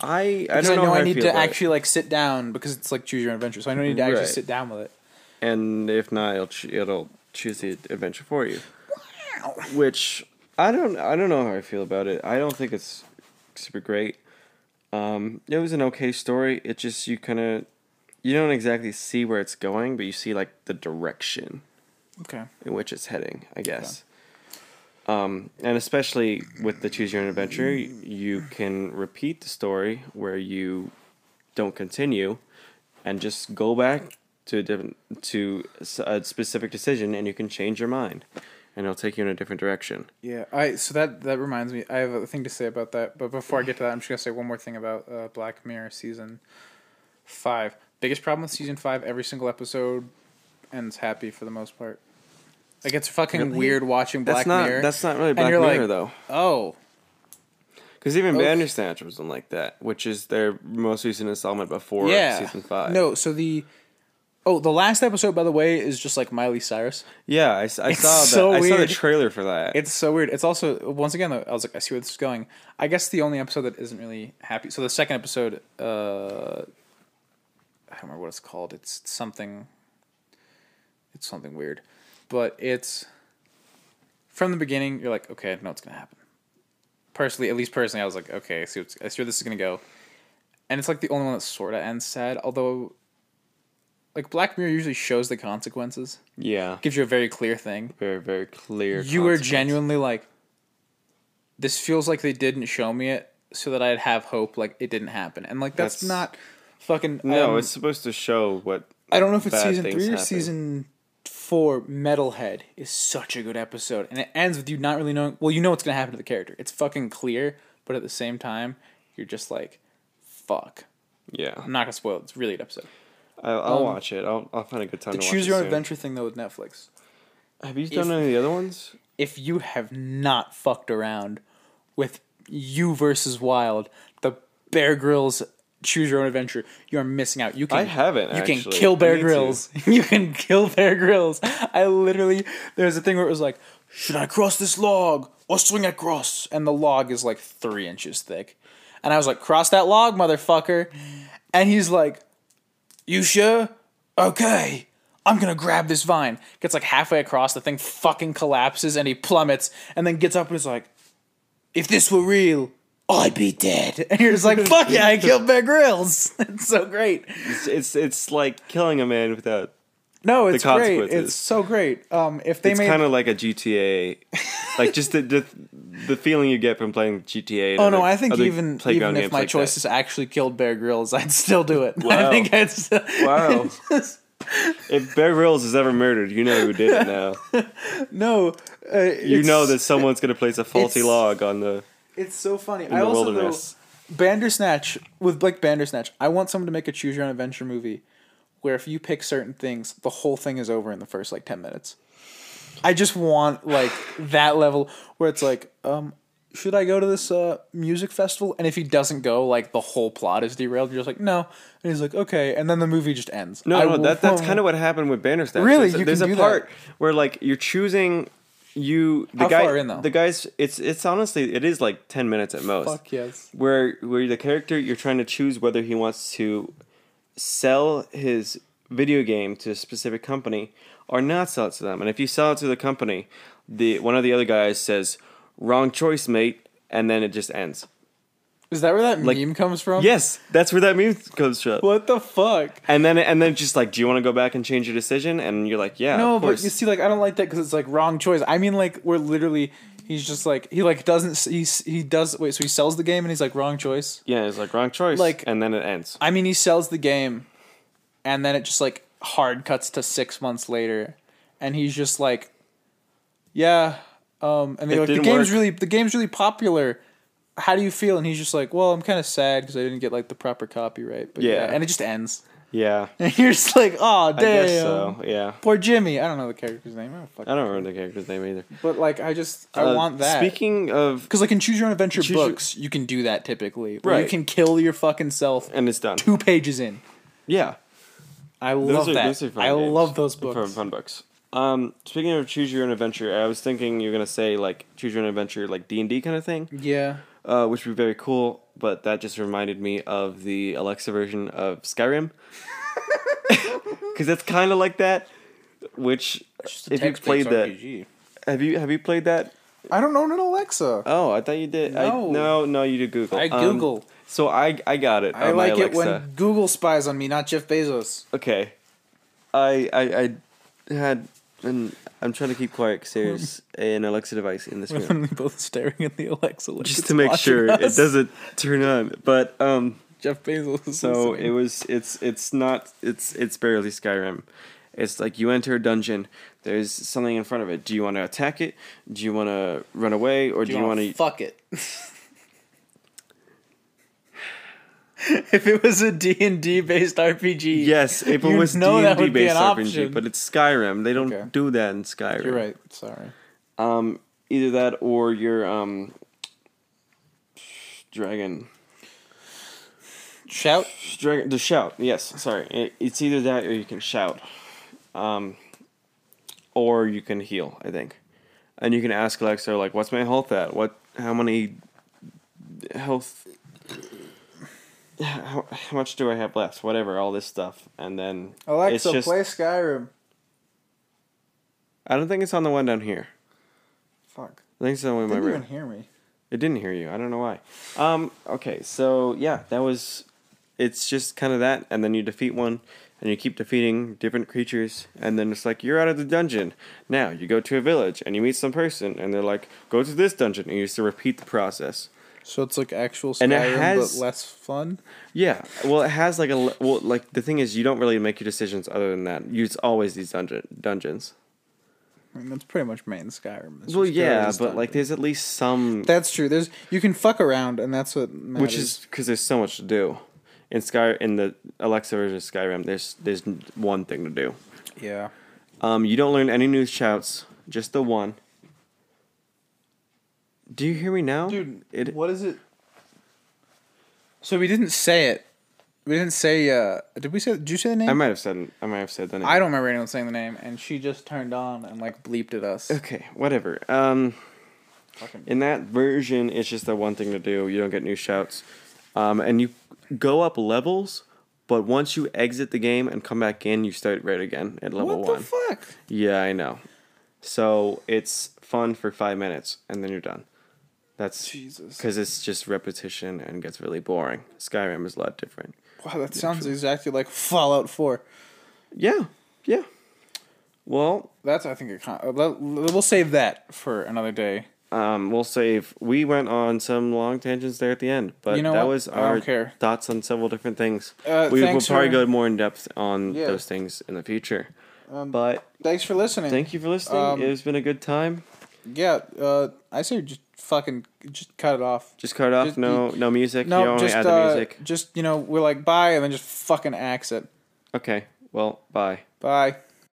I I because don't I know, how I need feel to about it. actually like sit down because it's like choose your own adventure. So I don't need to actually Right. sit down with it. and if not, it'll ch- it'll choose the adventure for you. Which I don't I don't know how I feel about it. I don't think it's super great. Um, it was an okay story. It just you kind of you don't exactly see where it's going, but you see like the direction. Okay. in which it's heading, I guess. Um, and especially with the choose your own adventure, y- you can repeat the story where you don't continue, and just go back to a different to s- a specific decision, and you can change your mind, and it'll take you in a different direction. Yeah. I so that that reminds me. I have a thing to say about that. But before I get to that, I'm just gonna say one more thing about uh, Black Mirror season five. Biggest problem with season five: every single episode ends happy for the most part. Like it's fucking Really? weird watching Black that's not Mirror. that's not really and Black you're Mirror like, though, Oh." Oh, because even Okay. Bandersnatch wasn't like that, which is their most recent installment before yeah. season five. No, so the oh the last episode by the way is just like Miley Cyrus. yeah, I, s- I saw that. so I saw the weird. trailer for that. It's so weird. It's also once again though, I was like, I see where this is going. I guess the only episode that isn't really happy. So the second episode, uh, I don't remember what it's called. It's something. It's something weird, but it's from the beginning. You're like, okay, I know what's gonna happen. Personally, at least personally, I was like, okay, I see, what's, I see where this is gonna go, and it's like the only one that sort of ends sad. Although like Black Mirror usually shows the consequences, Yeah. gives you a very clear thing. Very, very clear. You were consequence. genuinely like, this feels like they didn't show me it so that I'd have hope like it didn't happen, and like that's, That's- not fucking No, um, it's supposed to show what. I don't know if it's bad season things three or happen. season four. Metalhead is such a good episode, and it ends with you not really knowing. Well, you know what's gonna happen to the character. It's fucking clear, but at the same time, you're just like, "Fuck." Yeah. I'm not gonna spoil. it. It's a really good episode. I'll, I'll watch it. I'll, I'll find a good time Um, The to watch Choose it Your Own soon. Adventure thing though with Netflix. Have you done any of the other ones? If you have not fucked around with You versus Wild, the Bear Grylls Choose Your Own Adventure, you are missing out. You can I haven't, You can actually. kill I Bear need to. Grylls. You can kill Bear Grylls. I literally there's a thing where it was like, should I cross this log or swing across? And the log is like three inches thick, and I was like, cross that log, motherfucker. And he's like, you sure? Okay. I'm gonna grab this vine. Gets like halfway across, the thing fucking collapses and he plummets and then gets up and is like, if this were real, I'd be dead. And you're just like, fuck yeah, I killed Bear Grylls. It's so great. It's, it's it's like killing a man without. No, it's great. consequences. It's so great. Um, if they It's made, kind of like a GTA, like just the, the the feeling you get from playing GTA. and oh no, other- I think other even playground even if games my like that. choices actually killed Bear Grylls, I'd still do it. I Wow. think I'd still. Wow. if Bear Grylls is ever murdered, you know who did it now. No, uh, You know that someone's going to place a faulty it's- log on the. it's so funny. the I also wilderness. Though, Bandersnatch with like Bandersnatch. I want someone to make a choose your own adventure movie, where if you pick certain things, the whole thing is over in the first like ten minutes. I just want like that level where it's like, um, should I go to this uh, music festival? And if he doesn't go, like the whole plot is derailed. You're just like, no, and he's like, okay, and then the movie just ends. No, I no, that, that's won't- kind of what happened with Bandersnatch. Really? there's, You there's can a do that? part where like you're choosing you the How guy far in, though? the guys it's it's honestly it is like 10 minutes at most Fuck yes. where where the character you're trying to choose whether he wants to sell his video game to a specific company or not sell it to them and if you sell it to the company the one of the other guys says wrong choice mate and then it just ends Is that where that Like- meme comes from? yes that's where that meme comes from What the fuck? and then and then just like do you want to go back and change your decision and you're like yeah No, of but course. you see, like I don't like that because it's like wrong choice. I mean, like we're literally he's just like he like doesn't he he does wait so he sells the game and he's like wrong choice. Yeah, it's like wrong choice. Like- and then it ends. I mean, he sells the game, and then it just like hard cuts to six months later, and he's just like, yeah, um, and they It go like, the didn't game's work." really the game's really popular. How do you feel? And he's just like, well, I'm kind of sad because I didn't get like the proper copyright. But yeah. Yeah. and it just ends. Yeah, I And you're just like, oh damn, guess so. Yeah, poor Jimmy. I don't know the character's name. I don't fucking I don't remember the character's name either. But like, I just I Uh, want that. Speaking of, because like in Choose Your Own Adventure Choose Your- books, you can do that typically. Where You Right. can kill your fucking self and it's done. two pages in. Yeah, I those love are that. those are fun I games. love those Fun- books. fun books. Um, speaking of choose your own adventure, I was thinking you're gonna say like choose your own adventure, like D and D kind of thing, Yeah. uh, which would be very cool. But that just reminded me of the Alexa version of Skyrim, because it's kind of like that. Which, if you played that, have you have you played that I don't own an Alexa. Oh, I thought you did. No. No, I, no, no, you did Google. I Um, Google. so I, I got it. I on my like it Alexa. when Google spies on me, not Jeff Bezos. Okay, I, I, I had, and I'm trying to keep quiet because there's an Alexa device in this room, both staring at the Alexa, like just it's to make watching sure us. it doesn't turn on. But um, Jeff Bezos. is so listening. it was. It's it's not. It's it's barely Skyrim. It's like you enter a dungeon. There's something in front of it. Do you want to attack it? Do you want to run away, or do you want to? oh, fuck it? if it was a D and D based RPG, Yes, if it You was D know that and D would be based an RPG, option. but it's Skyrim. They don't Okay. do that in Skyrim. you're right. Sorry. Um, either that or your um, dragon, Shout. dragon, the shout. Yes, sorry. It, it's either that or you can shout, um, or you can heal. I think, and you can ask Alexa like, "What's my health at? What? How many health?" How, how much do I have left? Whatever, all this stuff, and then it's Alexa, just- play Skyrim. I don't think it's on the one down here. Fuck. I think it's on the one in my Didn't room. even hear me. It didn't hear you. I don't know why. Um, okay, so yeah, that was. It's just kind of that, and then you defeat one, and you keep defeating different creatures, and then it's like you're out of the dungeon. Now you go to a village and you meet some person, and they're like, "Go to this dungeon," and you just repeat the process. So it's like actual And it Skyrim, has- but less fun. Yeah, well, it has like a le- well, like the thing is, you don't really make your decisions other than that. You- It's always these dungeon dungeons. I mean, that's pretty much main Skyrim. It's just go Well, to yeah, this but like dungeon. there's at least some, that's true. There's you can fuck around, and that's what matters. which is because there's so much to do. In Sky, in the Alexa version of Skyrim, there's there's n- one thing to do. yeah. Um, you don't learn any news shouts, just the one. Do you hear me now, It, what is it? So we didn't say it. We didn't say. uh Did we say? Did you say the name? I might have said. I might have said that. I don't remember anyone saying the name, and she just turned on and like bleeped at us. Okay, whatever. Um, Fucking- in that version, it's just the one thing to do. You don't get new shouts, um, and you go up levels. But once you exit the game and come back in, you start right again at level what one. the fuck? Yeah, I know. So it's fun for five minutes and then you're done. That's Jesus. because it's just repetition and gets really boring. Skyrim is a lot different. Wow, that sounds exactly like Fallout Four. Yeah, yeah. Well, That's I think a con- uh, let- we'll save that for another day. um, we'll save. We went on some long tangents there at the end, but You know that what? was I don't our care. thoughts on several different things. Uh, we will thanks probably for- go more in depth on Yeah. those things in the future. but Thanks for listening. thank you for listening. Um, it's been a good time. Yeah, uh, I say just fucking just cut it off. Just cut it off. just- no, no music. you No, only just add the uh, music. just you know we're like bye and then just fucking axe it. Okay. Well, bye. Bye.